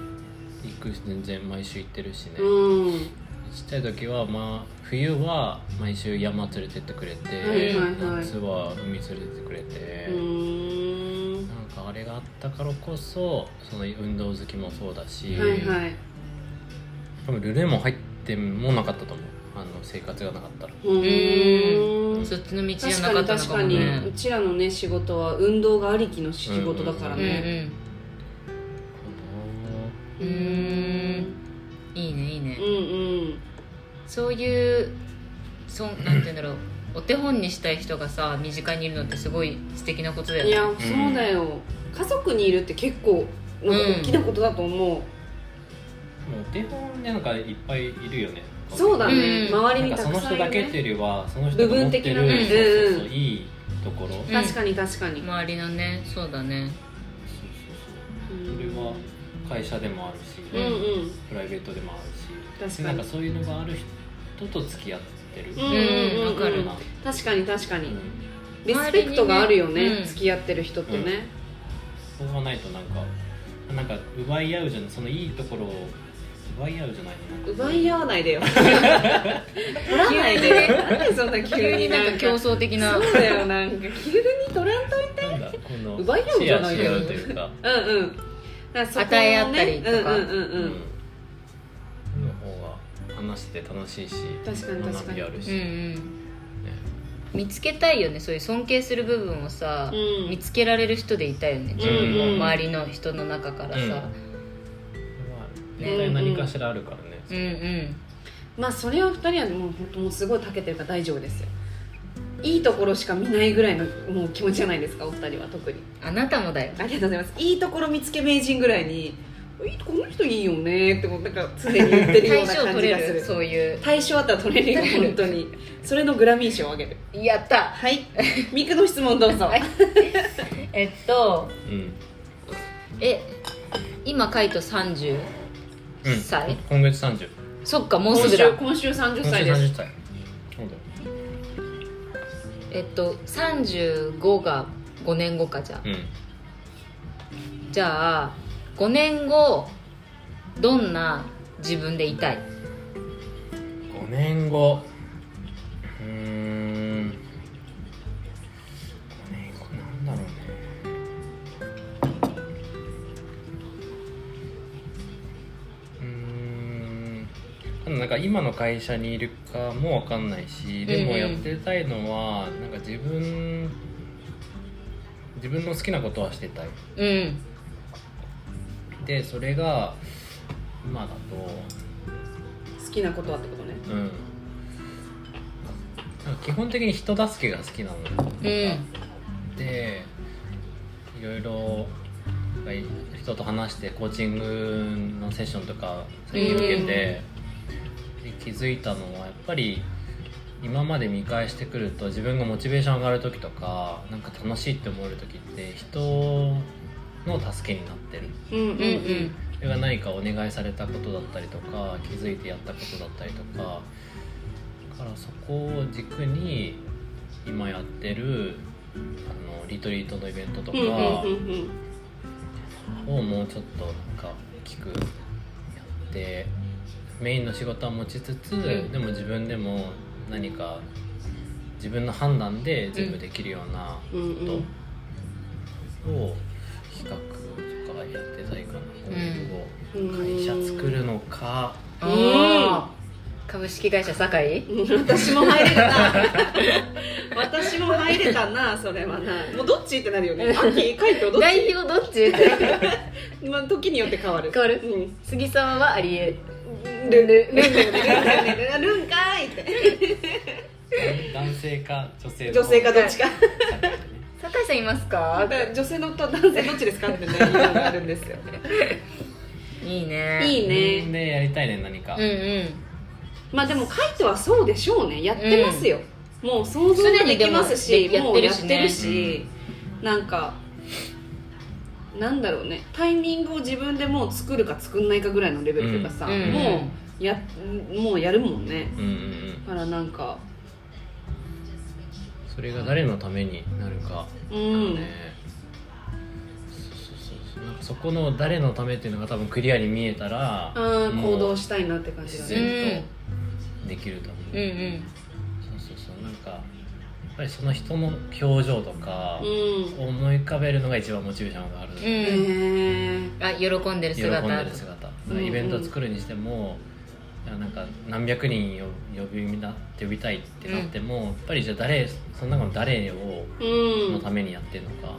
行くし全然毎週行ってるしね、
うん
ちっちゃい時はまあ冬は毎週山連れてってくれて、
はいはいはい
夏は海連れてってくれて
う、ーん
なんかあれがあったからこそその運動好きもそうだし、
はいはい
多分ルレも入ってもなかったと思うあの生活がなかったら
う
う
ー
ん
ん
そっちの道じ
確
ゃな
か
かっ
に
たの
確
か
か
も
に
ね
うちらのね仕事は運動がありきの仕事だから
うん
ね
うんうんいいねいいね
うんうん
そういうそんなんて言うんだろうお手本にしたい人がさ身近にいるのってすごい素敵なことだよ
い
ね
やそうだよ家族にいるって結構なんか大きなことだと思う
もうお手本でなんかいっぱいいるよね
そうだね
うん
周り
な
に
んか
た
そ
く
の
さん
人
いる
だけってい
ね
うよりはその人が持
部分
ってる
的な
ね
そうそうそう
うん
いいところそう
うん
確かに確かに
周りのねそうだね
そう
うん
そうそれは会社でもあるし、
うんうん
プライベートでもある
確か
し
に
でなんかそういうのがある人と付き合ってる、
うん
うん
うん
わかる
うん確かに確か
う
に
ん
リスペクトがあるよ
周りに
ね
ね
付き合ってる人ってね
そこがないとなんかなんか奪い合うじゃんそのいいところを奪い合うじゃないの
奪い合わない
[laughs]
でよ取らないでなんでそんな急
急
に
に
な
なんん
か
か競争的な
そうだよなんか急に取らんといて
なんだこの
奪い合うじゃない
シ
け
ェ
ど
アし合うというか
うんうんだからそこをね
与え合ったりとか
うんうんうんう
う
ん
の方が話してて楽しいし
確かに確か
学
に
びある
うん
し、
う
ね
ん見つけたいよねそういう尊敬する部分をさ、
うん
見つけられる人でいたいよね自分
うんうん
も周りの人の中からさ、
まあ絶対何かしらあるからね、
うんうん
まあそれは2人はもう本当もうすごい長けてるから大丈夫ですよいいところしか見ないぐらいのもう気持ちじゃないですかお二人は特に
あなたもだよ
ありがとうございますいいところ見つけ名人ぐらいにいいとこの人いいよねってもうなんか常に言ってるよう
対
な
象
感
取れ
じがす [laughs]
る
る
そういう
対象あったら取れるよ
取れる
本当にそれのグラミー賞をあげる
やった
はいミクの質問どうぞ
はいえっと
うん
え今カイト30
うん
歳
今月30
そっかもう
今
すぐ
週
だ
今週30
今
歳
月
です
30歳そうだよ
えっと35が5年後かじゃあ
うん
じゃあ5年後どんな自分でいたい
5年後うーん5年後なんだろうねうーんでもなんか今の会社にいるかもわかんないしで
う
も
んうん
やってたいのはなんか自分自分の好きなことはしてたい
うん
でそれが今だと
好きなことはってことね
うん、なんか基本的に人助けが好きなの、でいろいろなんか人と話してコーチングのセッションとか最近受けて、で気づいたのはやっぱり今まで見返してくると自分がモチベーション上がる時とかなんか楽しいって思える時って人の助けになってる
うんうん
うんうん
それが何かお願いされたことだったりとか気づいてやったことだったりとかだからそこを軸に今やってるあのリトリートのイベントとか
うんうんうんうん
をもうちょっとなんか大きくやってメインの仕事は持ちつつ、
ん
でも自分でも何か自分の判断で全部できるような
うんうんうん
ことを企画とかやってたいかな、
うん
会社作るの
[laughs]
か、
あー株式会社堺
私も入れたな私も入れたなそれはなもうどっちってなるよね秋海とどっ
代表どっちって
ち、まあ、時によって変わる
変わる
うん
杉沢はありえ
ル
ルン
ンルンルンルンルンルンルンルンかーいって
男性か女性の
女性かどっちか
堺さんいます
だ
か
から女性のと男性どっちですかってねいうのがあるんですよ
いいね
いい
自
ね
分でやりたいね何
う
か、
まあでも海人はそうでしょうねやってますよ、もう想像ができますし
すでにで
も
も
う
で
や
や
っ
ってて
る
る
し
し
なんかなんだろうねタイミングを自分でもう作るか作んないかぐらいのレベルというかさ、
うんうん
もうやもうやるもんね
うんうんうん
だからなんか
それが誰のためになるか、
う
だ
ん、
ねそうそうそうそうなんかそこの誰のためっていうのが多分クリアに見えたら
あー
もう
行動したいなって感じだ
自
ね
然とできると思う、
んうんうん
そうそうそうなんかやっぱりその人の表情とか
うん、
を思い浮かべるのが一番モチベーションがある、
うん
へ
うんあ
え
喜んでる
喜んで
姿
る姿、
うんうん
イベント作るにしてもいやなんか何百人を呼びだ呼びたいってなっても、やっぱりじゃあ誰その中の誰を
うん
のためにやってるのか、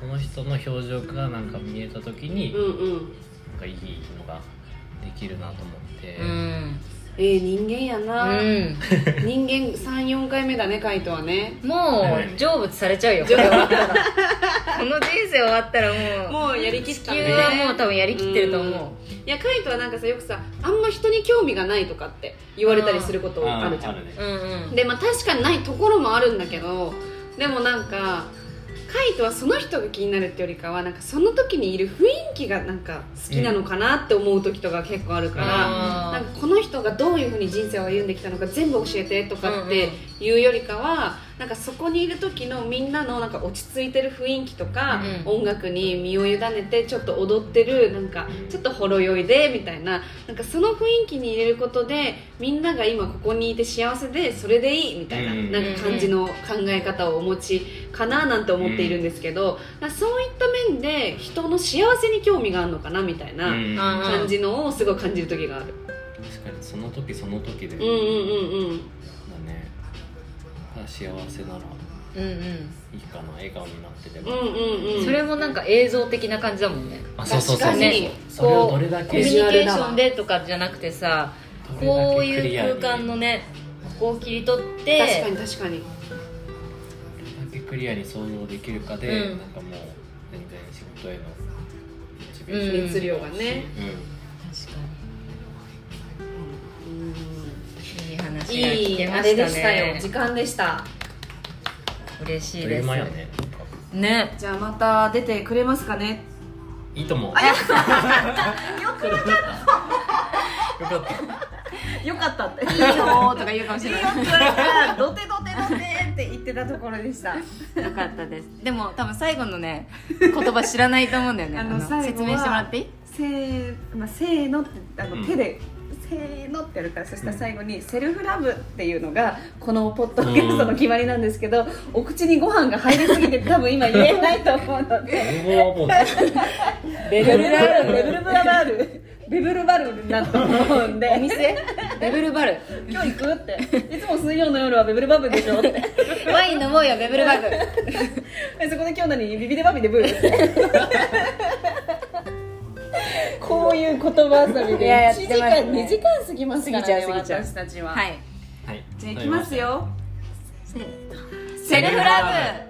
その人の表情がなんか見えた時に、
うんうん
なんかいいのができるなと思って、
うん
えー、人間や
う
な、
ん
人間34回目だねカイトはね
もう成仏されちゃうよこれ終わったらこの人生終わったらもう
もうやりきった
地
ね
球はもう多分やりきってると思う、
いやカイトはなんかさよくさあんま人に興味がないとかって言われたりすることあるじゃん
ね
うんうん
でまあ確かにないところもあるんだけどでもなんかカイトはその人が気になるってよりかはなんかその時にいる雰囲気がなんか好きなのかなって思う時とか結構あるから、
あ
なん
ー
かこの人がどういうふうに人生を歩んできたのか全部教えてとかっていうよりかはなんかそこにいる時のみんなのなんか落ち着いてる雰囲気とか、
うん
音楽に身を委ねてちょっと踊ってるなんかちょっとほろ酔いでみたいななんかその雰囲気に入れることでみんなが今ここにいて幸せでそれでいいみたいな,、
うん
なんか感じの考え方をお持ちかななんて思っているんですけど、なんかそういった面で人の幸せに興味があるのかなみたいな
うん
あー
感じのをすごい感じる時がある。
確かにその時その時で、
うんうんうんうん
だねあ幸せなら
うんうん
いいかな笑顔になってて
う
も、
んうんうん
それもなんか映像的な感じだもんね
あそうそうそう
確
そ
か
う
に
それをどれ
コ
だ
ミュ
け
ニ
ビジュア
ケ
ル
ー
だ
シ
わ
ョンでとかじゃなくてさこういう空間のねここを切り取っ
確か
て
に確かに
どれだけクリアに想像できるかで、
うん
なんかもう全然仕事へのモチベ
うん
熱量がね、
確
うん
かにいい話が
い
聞
い
け
あ
ま
れ
し
で
た
したよ時
ね
間でした
嬉し
うん、
い
とい
で
う
す
間やね
ね
じゃあまた出てくれますかね
いいとも [laughs] よ
[laughs]
かっ
[laughs]
た
よかった [laughs] っていいよーとか言うかもしれないよって言われたらドテドテドテって言ってたところでした
よかったですでも多分最後のね言葉知らないと思うんだよね
あ
あ
の
の
最後は
説明してもらっていい
せー,、まあ、せーのってあの、
うん
手でせーのってやるからそしたら最後に「セルフラブ」っていうのがこのポッドキャストの決まりなんですけど、お口にご飯が入りすぎて多分今言えないと思うので
英語は [laughs] もう
ベブルバルベブルバルベブルバルになると思うんで
お店ベブルバル
今日行くっていつも水曜の夜はベブルバブでしょって
ワイン飲もうよベブルバル
えそこで今日何ビビデバビでブーってこういう言葉遊び
いやや
で1
って
時
ますね
間、2時間過ぎますから
過ぎ
ね
ちゃう過ぎちゃう
私たちは、
はい
はい
じゃあいきますよ
セルフラブ